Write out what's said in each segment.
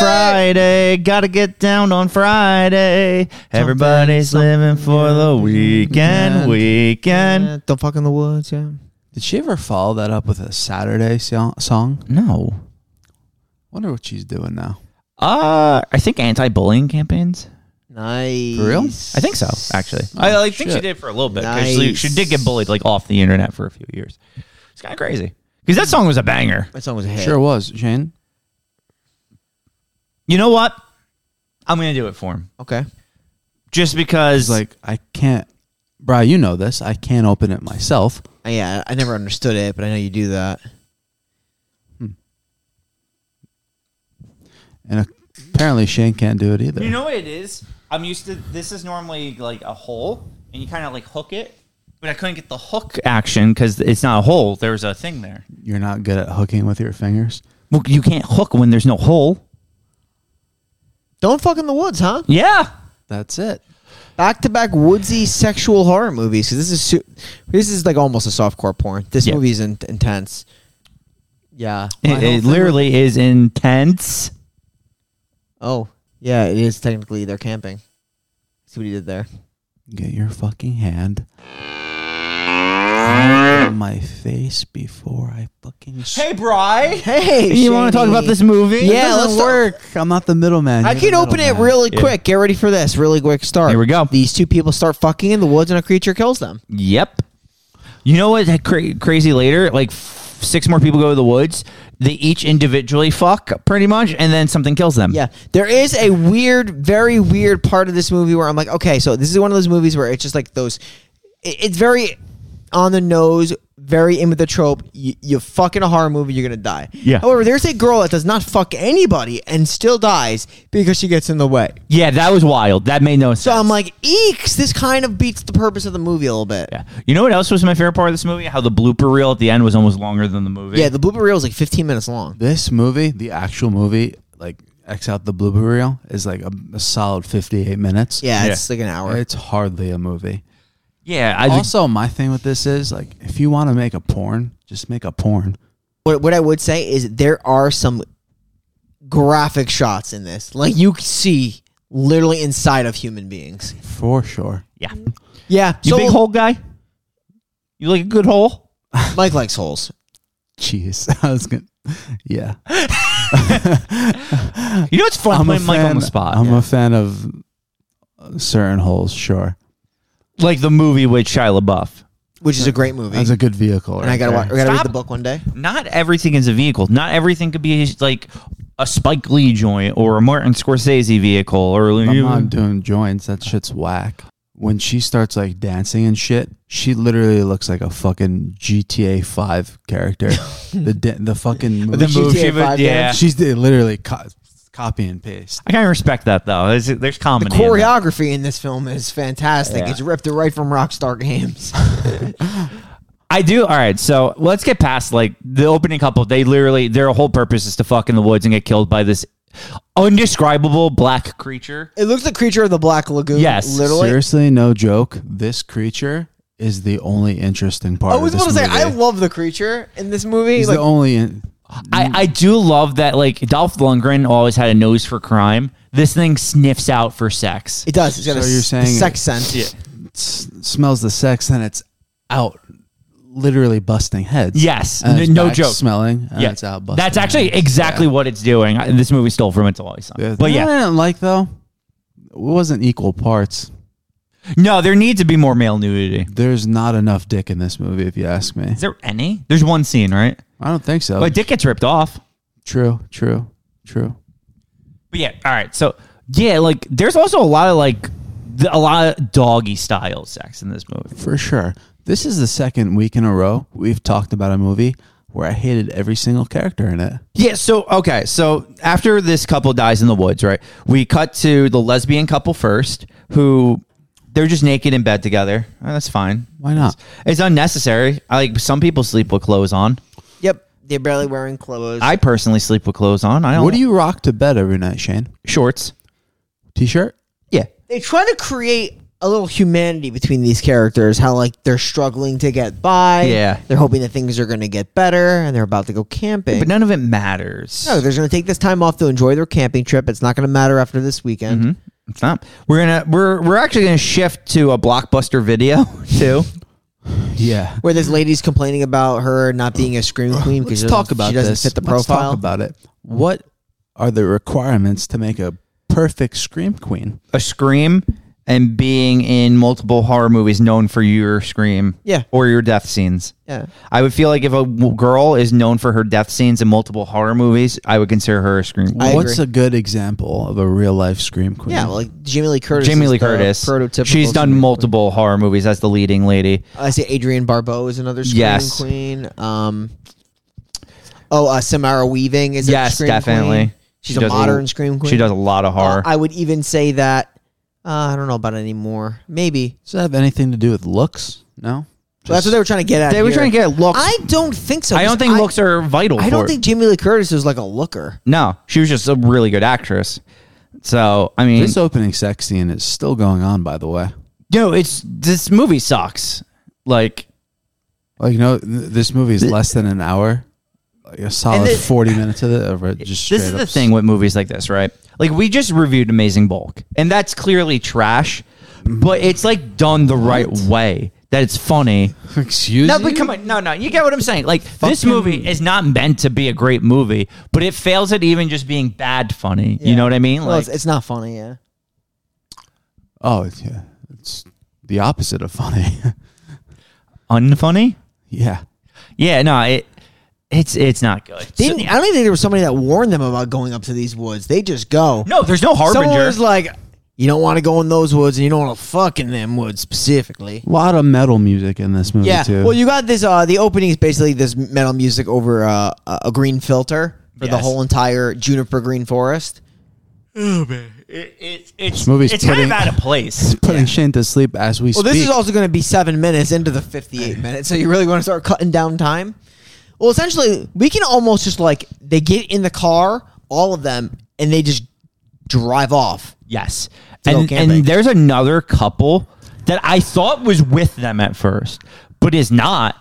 Friday. Gotta get down on Friday. Everybody's living for the weekend. Weekend. Weekend. don't fuck in the woods. Yeah. Did she ever follow that up with a Saturday so- song? No. Wonder what she's doing now. Uh, I think anti-bullying campaigns. Nice. For real? I think so, actually. I like, think she shit. did for a little bit. 'cause She, she did get Nice. bullied like off the internet for a few years. It's kind of crazy because that song was a banger. That song was a hit. Sure was. Shane. You know what? I'm gonna do it for him Okay. just because. It's like I can't. Bri, you know this. I can't open it myself. Uh, yeah, I never understood it, but I know you do that. And apparently Shane can't do it either. you know what it is? I'm used to this is normally like a hole, and you kind of like hook it, but I couldn't get the hook action because it's not a hole. There's a thing there. You're not good at hooking with your fingers. Well, you can't hook when there's no hole. Don't fuck in the woods, huh? Yeah. That's it. Back to back woodsy sexual horror movies. 'cause this is su- this is like almost a softcore porn. This Yeah. movie's in- intense. Yeah. My It, whole it thing was- literally is intense. Oh, yeah. It is technically they're camping. See what he did there. Get your fucking hand out of my face before I fucking. s- Bry. Hey, You want to talk Shaney. about this movie? Yeah, Doesn't let's talk- work. I'm not the middleman. I You're the can open it middleman. really Yeah. quick. Get ready for this. Really quick start. Here we go. These two people start fucking in the woods, and a creature kills them. Yep. You know what's cra- crazy later? Like f- six more people go to the woods. They each individually fuck pretty much, and then something kills them. Yeah, there is a weird, very weird part of this movie where I'm like, okay, so this is one of those movies where it's just like those. it- It's very on the nose, very in with the trope. You, you fuck in a horror movie, you're gonna die. Yeah. However, there's a girl that does not fuck anybody and still dies because she gets in the way. Yeah, that was wild. That made no sense. So I'm like, eeks! This kind of beats the purpose of the movie a little bit. yeah. You know what else was my favorite part of this movie? How the blooper reel at the end was almost longer than the movie. Yeah, the blooper reel is like 15 minutes long. This movie, the actual movie, like X out the blooper reel, is like a, a solid 58 minutes. Yeah, Yeah. it's like an hour. It's hardly a movie. yeah. I also, my thing with this is like, if you want to make a porn, just make a porn. what, what I would say is there are some graphic shots in this. Like you see literally inside of human beings. For sure. yeah. Yeah. You so big hole guy. You like a good hole? Mike likes holes. Jeez. I was going to. Yeah. You know it's fun I'm a putting Mike on fan- the spot. I'm a fan of uh, certain holes, sure. like the movie with Shia LaBeouf. Which is a great movie. That's a good vehicle. and I gotta watch, I gotta Stop. read the book one day. not everything is a vehicle. Not everything could be like a Spike Lee joint or a Martin Scorsese vehicle or My mom doing joints. That shit's whack. When she starts like dancing and shit, she literally looks like a fucking GTA Five character. the da- the fucking The movie. GTA she would- 5 yeah. she's di- literally co- copy and paste. I kind of respect that though. There's, there's The comedy. in that. choreography in this film is fantastic. Yeah. It's ripped it right from Rockstar Games. I do. All right, so let's get past like the opening couple. They literally their whole purpose is to fuck in the woods and get killed by this undescribable black creature. it looks like Creature of the Black Lagoon. Yes, Literally. Seriously, no joke. This creature is the only interesting part. I was of this about to say, movie. I love the creature in this movie. He's like, the only. uh, In- I, I do love that like Dolph Lundgren always had a nose for crime. This thing sniffs out for sex. it does. It's got So a you're s- saying- sex sense. s- smells the sex and it's out, literally busting heads. Yes, And n- it's no back joke. Smelling. And Yeah, it's out busting. that's actually heads. exactly what it's doing. I, this movie stole from It's Always Yeah. Sunny. But You know yeah, what I didn't like though. It wasn't equal parts. No, there needs to be more male nudity. There's not enough dick in this movie, if you ask me. Is there any? There's one scene, right? I don't think so. But Dick gets ripped off. true, true, true. But yeah, all right. So yeah, like there's also a lot of like th- a lot of doggy style sex in this movie. For sure. This is the second week in a row we've talked about a movie where I hated every single character in it. Yeah. So okay. So after this couple dies in the woods, right? We cut to the lesbian couple first, who they're just naked in bed together. Oh, that's fine. Why not? It's unnecessary. I like some people sleep with clothes on. Yep. They're barely wearing clothes. I personally sleep with clothes on. I don't. What do you rock to bed every night, Shane? shorts? T-shirt? Yeah. they try to create a little humanity between these characters. How like they're struggling to get by. Yeah. they're hoping that things are going to get better, and they're about to go camping. But none of it matters. no, they're going to take this time off to enjoy their camping trip. It's not going to matter after this weekend. It's not. We're gonna we're we're actually gonna shift to a blockbuster video too. Yeah. Where this lady's complaining about her not being a scream queen because Let's she talk doesn't- about she doesn't this. fit the Let's profile. talk about it. What are the requirements to make a perfect scream queen? a scream and being in multiple horror movies known for your scream Yeah. or your death scenes. Yeah. I would feel like if a w- girl is known for her death scenes in multiple horror movies, I would consider her a scream. I What's agree. a good example of a real life scream queen? yeah, like Jamie Lee Curtis. Jamie is Lee the Curtis. prototypical She's done scream multiple horror movies as the leading lady. queen. I say Adrienne Barbeau is another scream Yes. queen. Um, oh, uh, Samara Weaving is a Yes, scream definitely. queen. She's She a does a modern l- scream queen. She does a lot of Uh, horror. I would even say that. Uh, I don't know about anymore. Maybe. Does that have anything to do with looks? No. Well, that's what they were trying to get at. they were here. trying to get looks. I, I don't think so. don't because think looks are vital. I for don't it. think Jamie Lee Curtis is like a looker. No, she was just a really good actress. So I Mm. mean, This opening sex scene is still going on, by the way. no, it's this movie sucks. Like Like, no, th- this movie is less than an hour. Like a solid thi- forty minutes of it. Of it just this is straight the up thing with movies like this, right? Like we just reviewed Amazing Bulk, and that's clearly trash, but it's like done the right way. That it's funny. Excuse No, me. but come on, no, no, you get what I'm saying. Like this movie is not meant to be a great movie, but it fails at even just being bad funny. You Yeah. know what I mean? well, Like it's, it's not funny. Yeah. Oh, it's, yeah. It's the opposite of funny. unfunny. yeah. Yeah, no, it it's it's not good. They So- didn't, I don't even think there was somebody that warned them about going up to these woods. They just go. no, there's no harbinger. Someone was like, "You don't want to go in those woods, and you don't want to fuck in them woods specifically." A lot of metal music in this movie Yeah. too. Well, you got this. Uh, the opening is basically this metal music over uh, a a green filter for the Yes. whole entire juniper green forest. It- it's it's, This movie's it's kind of out putting- of place. putting Shane to sleep as we Well, speak. this is also going to be seven minutes into the 58 minutes, so you really want to start cutting down time? Well, essentially, we can almost just like they get in the car, all of them, and they just drive off. Yes. go And, camping. and there's another couple that I thought was with them at first, but is not.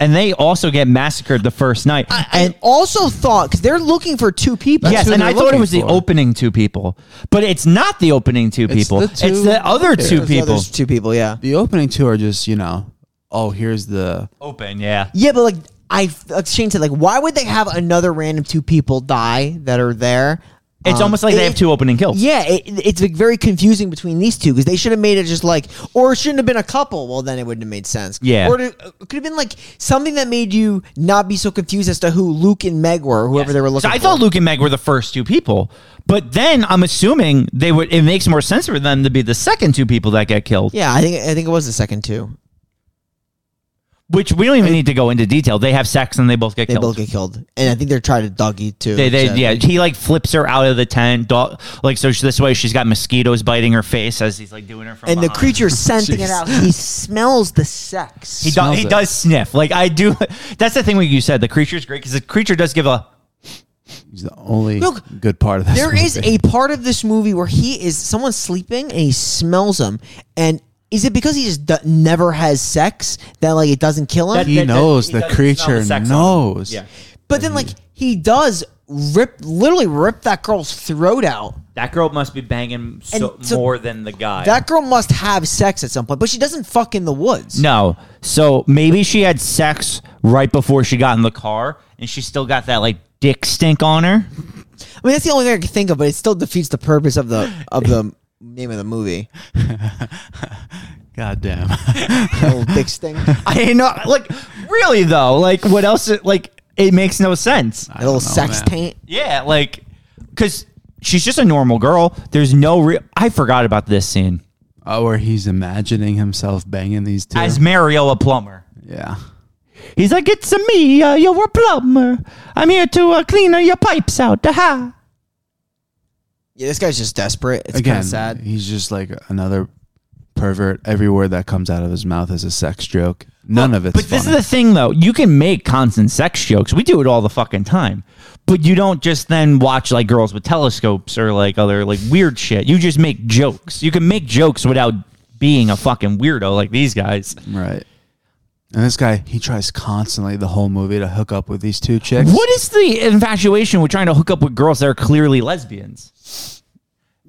And they also get massacred the first night. And also thought because they're looking for two people. yes, who and they're I thought it looking was the for. opening two people, but it's not the opening two people. the it's two- the other Yeah. two Those other people. two people. Yeah, the opening two are just you know. Oh, here's the Open, yeah. yeah, but like I like Shane said, like why would they have another random two people die that are there? It's Um, almost like they it- have two opening kills. Yeah, it, it's like very confusing between these two because they should have made it just like, or it shouldn't have been a couple. Well, then it wouldn't have made sense. Yeah. or it could have been like something that made you not be so confused as to who Luke and Meg were, or whoever they were looking. so I for. thought Luke and Meg were the first two people, but then I'm assuming they would. It makes more sense for them to be the second two people that get killed, Yeah, I think I think it was the second two. which we don't even need to go into detail. They have sex and they both get They killed. both get killed, and I think they're trying to doggy too. They, they, so- yeah, he like flips her out of the tent, dog, like so. She, this way, she's got mosquitoes biting her face as he's like doing her from. And the behind. creature's scenting it out. He smells the sex. he, do, smells he it. does sniff. Like I do. That's the thing what you said. The creature's great because the creature does give a. he's the only Look, good part of this. There is movie. a part of this movie where he is someone's sleeping and he smells him and is it because he just d- never has sex that like it doesn't kill him He that- that- knows he the doesn't smell creature the sex on him. knows. Yeah, but then like he does rip literally rip that girl's throat out that girl must be banging so, And so- more than the guy. that girl must have sex at some point but she doesn't fuck in the woods no, so maybe she had sex right before she got in the car, and she still got that like dick stink on her. i mean that's the only thing i can think of but it still defeats the purpose of the of the name of the movie God damn. old dick sting that I know, like really though, like what else? Like it makes no sense. little know, sex man. taint Yeah, like because she's just a normal girl. There's no real. I forgot about this scene oh, where he's imagining himself banging these two. as Mariella Plumber. yeah. He's like, "It's me, uh, you're a plumber. I'm here to uh, clean uh, your pipes out." Aha. yeah this guy's just desperate it's kind Again, of sad he's just like another pervert. Every word that comes out of his mouth is a sex joke. None of it's But funny. this is the thing, though. You can make constant sex jokes. We do it all the fucking time. But you don't just then watch like girls with telescopes or like other like weird shit. You just make jokes. You can make jokes without being a fucking weirdo like these guys. Right. And this guy, he tries constantly the whole movie to hook up with these two chicks. What is the infatuation with trying to hook up with girls that are clearly lesbians?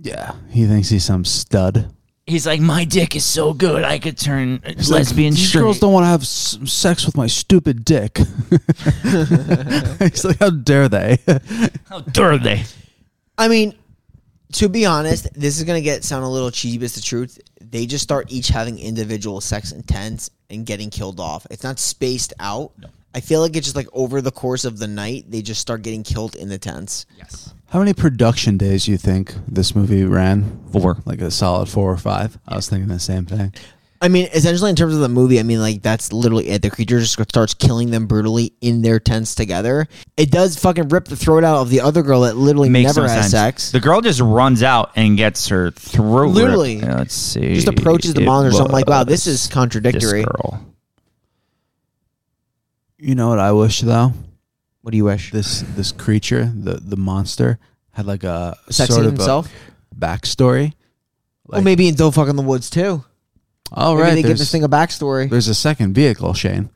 Yeah. He thinks he's some stud. He's like, my dick is so good, I could turn He's like, lesbian These straight. girls don't want to have s- sex with my stupid dick. he's like, how dare they? How dare they? I mean, to be honest, this is gonna get sound a little cheesy, but it's the truth. They just start each having individual sex intents and getting killed off. It's not spaced out. I feel like it's just like over the course of the night, they just start getting killed in the tents. Yes. how many production days do you think this movie ran? Four. Like a solid four or five? I was thinking the same thing. I mean, essentially, in terms of the movie, I mean, like that's literally it. The creature just starts killing them brutally in their tents together. It does fucking rip the throat out of the other girl that literally Makes never no has sense. sex. The girl just runs out and gets her throat. ripped. Literally. Yeah, Let's see. just approaches the It monitor. So I'm like, wow, this was is contradictory. This girl. You know what I wish though? What do you wish? This this creature, the the monster, had like a Sexing sort of himself? a backstory. Or well, maybe in Don't Fuck in the Woods too. All Maybe right, they give there's- this thing a backstory. There's a second vehicle, Shane.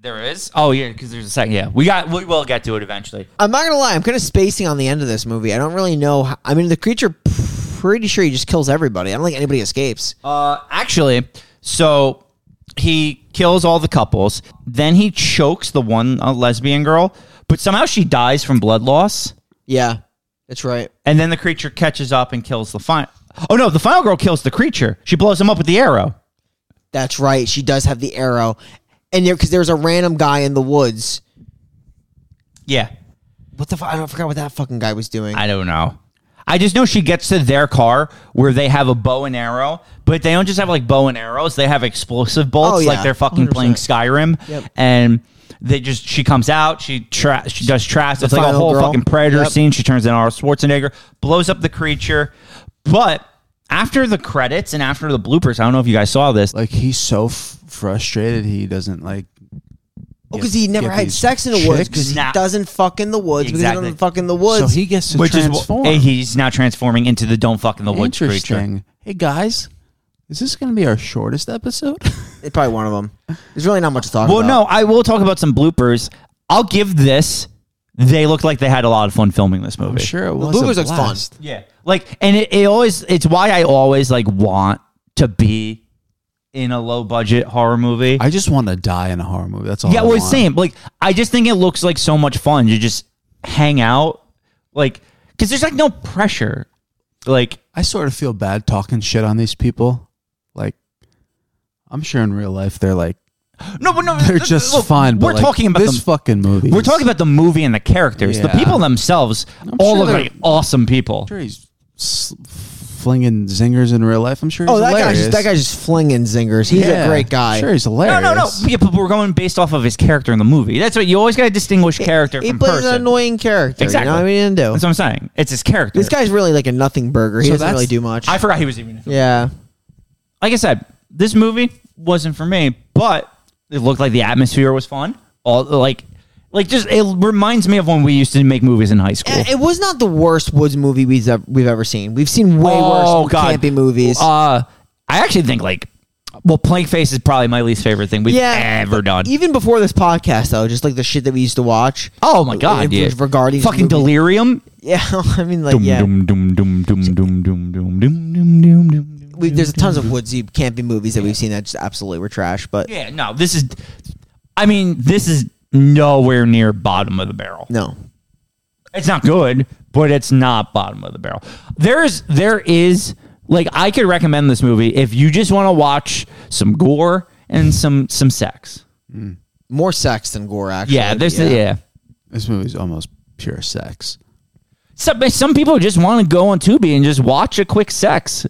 There is. Oh yeah, because there's a second. Yeah, we got. We will get to it eventually. I'm not gonna lie, I'm kind of spacing on the end of this movie. I don't really know. How, I mean, the creature, pretty sure he just kills everybody. I don't think anybody escapes. Uh, actually, so he kills all the couples. Then he chokes the one uh, lesbian girl, but somehow she dies from blood loss. Yeah, that's right. And then the creature catches up and kills the final. Oh no, the final girl kills the creature. She blows him up with the arrow. That's right. She does have the arrow, and there because there's a random guy in the woods. Yeah, What the fuck? I don't- I forgot what that fucking guy was doing. I don't know. I just know she gets to their car where they have a bow and arrow, but they don't just have like bow and arrows. They have explosive bullets, Oh, yeah. like they're fucking playing Skyrim. Yep. And they just she comes out, she tra- she does trash. It's like a final whole girl. fucking predator Yep. scene. She turns into Arnold Schwarzenegger, blows up the creature. But after the credits and after the bloopers, I don't know if you guys saw this. Like he's so f- frustrated, he doesn't like. because Oh, he never get had these sex in the woods chicks. because he Nah. doesn't fuck in the woods because he Exactly. doesn't fuck in the woods. So he gets to Which is wh- transform. and he's now transforming into the don't fuck in the woods creature. Interesting. Hey guys, is this going to be our shortest episode? it's probably one of them. There's really not much to talk Well, about. no, I will talk about some bloopers. I'll give this. They looked like they had a lot of fun filming this movie. I'm sure it was. Blue a was, like, fun. blast. Yeah. Like, and it, it always, it's why I always like want to be in a low budget horror movie. I just want to die in a horror movie. That's all. yeah, I well, want. same. Like, I just think it looks like so much fun to just hang out. Like, because there's like no pressure. Like, I sort of feel bad talking shit on these people. Like, I'm sure in real life they're like no, but no, they're th- just look, fine. But We're like, talking about this the, fucking movie. we're talking about the movie and the characters. The Yeah. people themselves I'm all sure look they're- like awesome people. sure he's s- flinging zingers in real life. I'm sure. He's Oh, that guy's, hilarious. just, that guy's just flinging zingers. He's Yeah. a great guy. Sure, he's hilarious. No, no, no. Yeah, but we're going based off of his character in the movie. That's what you always got to distinguish character He from plays person. an annoying character. Exactly. You know what I mean? Do. That's what I'm saying. It's his character. This guy's really like a nothing burger. He So doesn't that's- really do much. I forgot he was even. yeah. Like I said, this movie wasn't for me, but it looked like the atmosphere was fun. All like, like just it reminds me of when we used to make movies in high school. It was not the worst Woods movie we've ever, we've ever seen. We've seen way Oh, worse God. campy movies. Uh, I actually think like, well, Plank Face is probably my least favorite thing we've yeah, ever done. Even before this podcast, though, just like the shit that we used to watch. oh my god, It- yeah. regarding fucking movies. Delirium. Yeah, I mean, like, Dum yeah, dum dum dum dum dum dum dum dum dum dum dum. we, there's tons of woodsy campy movies that we've seen that just absolutely were trash. But Yeah, no, this is. I mean, this is nowhere near bottom of the barrel. no, It's not good, but it's not bottom of the barrel. There's there is like I could recommend this movie if you just want to watch some gore and some some sex. more sex than gore. Actually, Yeah, there's yeah. This movie's almost pure sex. Some, some people just want to go on Tubi and just watch a quick sex.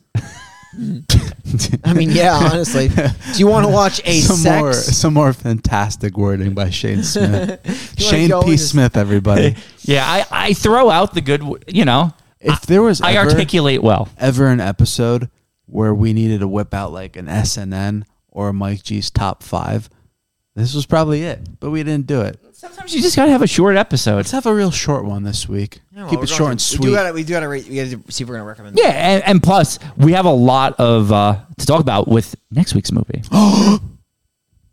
I mean, yeah, honestly, do you want to watch a some sex? more, some more fantastic wording by Shane Smith. Shane go P. with- Smith, everybody. Yeah, I, I throw out the good, w- you know. If there was I ever, articulate well. ever an episode where we needed to whip out like an SNN or a Mike G's top five, This was probably it, but we didn't do it. Sometimes you just gotta have a short episode. Let's have a real short one this week. No, Keep we're it short going and to- sweet. We do gotta, we do gotta, rate, we gotta see if we're gonna recommend. Yeah, and, and plus we have a lot of uh, to talk about with next week's movie.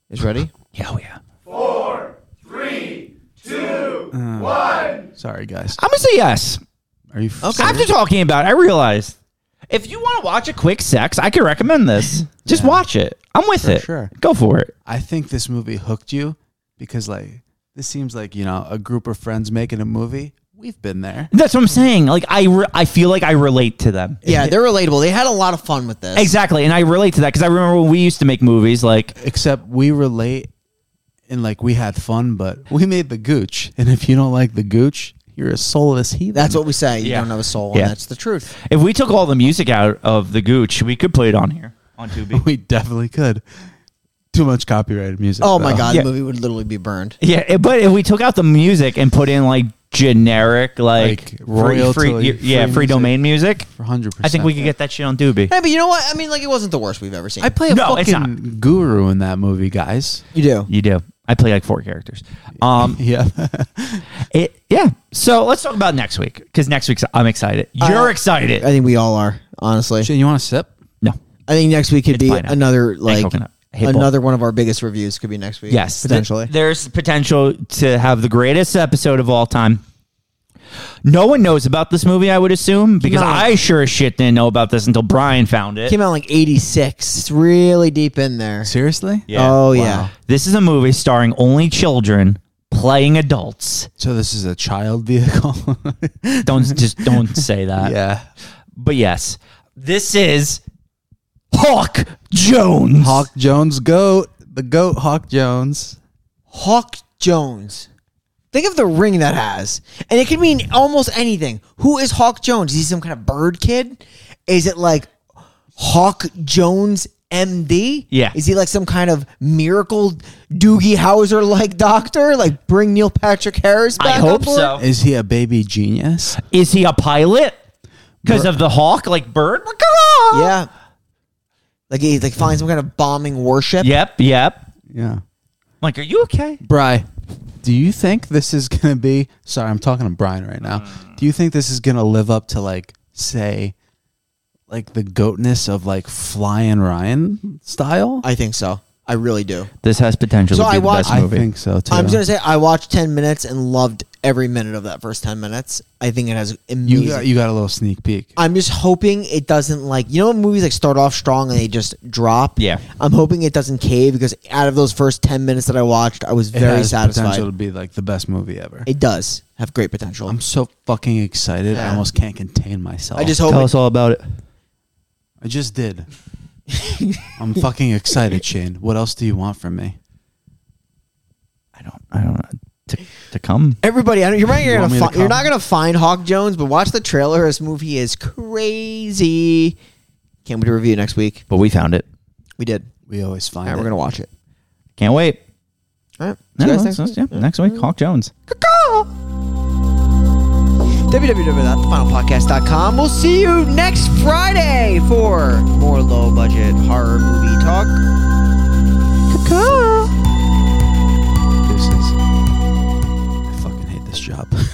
is ready. yeah, oh yeah. Sorry, guys. I'm gonna say yes. Are you okay? After talking about it, I realized if you want to watch a quick sex, I could recommend this. Just watch it. I'm with it. sure. Go for it. I think this movie hooked you because, like, this seems like you know a group of friends making a movie. We've been there. That's what I'm saying. Like I, re- I feel like I relate to them. Yeah, they're relatable. They had a lot of fun with this. Exactly, and I relate to that because I remember when we used to make movies. Like Except we relate, and like we had fun, but we made the gooch. And if you don't like the gooch, you're a soulless heathen. That's what we say. You Yeah. don't have a soul, Yeah. and that's the truth. if we took all the music out of the Gooch, we could put it on here on Tubi. we definitely could. Too much copyrighted music. Oh my though. god, Yeah. the movie would literally be burned. yeah, it- but if we took out the music and put in like generic, like, Like free, free, royalty- yeah, free free, music. domain music, For hundred percent. I think we could get that shit on Tubi. Hey, but you know what? I mean, like it wasn't the worst we've ever seen. I play a No, it's fucking guru in that movie, guys. you do. You do. I play like four characters. Um, Yeah. it, yeah. So let's talk about next week because next week's I'm excited. You're Uh, excited. I think we all are, honestly. Shane, you want a sip? no. I think next week could be pineapple another like coconut. I hate both. another one of our biggest reviews could be next week. Yes. Th- potentially. there's potential to have the greatest episode of all time. No one knows about this movie, I would assume, because out- I sure as shit didn't know about this until Brian found it. Came out in, like '86. It's really deep in there. Seriously? Yeah. Oh Wow. yeah. This is a movie starring only children playing adults. So this is a child vehicle. Don't just don't say that. yeah. But yes, this is Hawk Jones. Hawk Jones goat. The goat Hawk Jones. Hawk Jones. Think of the ring that has, and it could mean almost anything. Who is Hawk Jones? Is he some kind of bird kid? Is it like Hawk Jones MD? Yeah. Is he like some kind of miracle Doogie Howser like doctor? Like bring Neil Patrick Harris I back? on hope board? so. Is he a baby genius? Is he a pilot? Because of the hawk, like bird? Yeah. Like he like finds some kind of bombing warship. Yep, yep. Yeah. Like, are you okay? Bry, do you think this is gonna be sorry, I'm talking to Brian right now. Do you think this is gonna live up to like say like the goatness of like Flying Ryan style? I think so. I really do. This has potential So to be I the watched- best I movie. think so too. I'm just gonna say I watched ten minutes and loved every minute of that first ten minutes. I think it has uh, amazing. you got, you got a little sneak peek. I'm just hoping it doesn't like you know when movies like start off strong and they just drop. Yeah. I'm hoping it doesn't cave because out of those first ten minutes that I watched, I was It very has satisfied. potential to be like the best movie ever. It does have great potential. I'm so fucking excited. I Yeah. almost can't contain myself. I just hope. It, all about it. I just did. I'm fucking excited, Shane. What else do you want from me? I don't, I don't know. To, to come. everybody, I don't, you're, not, you're, You want gonna me to fi- you're come? not gonna find Hawk Jones, but watch the trailer. This movie is crazy. Can't wait to review next week. But we found it. We did. We always find All right, it. we're gonna watch it. Can't wait. All right. No, See you guys that's- next that's- yeah, Next week, Hawk Jones. www.thefinalpodcast.com. We'll see you next Friday for more low budget horror movie talk. Caw-caw. Deuces. I fucking hate this job.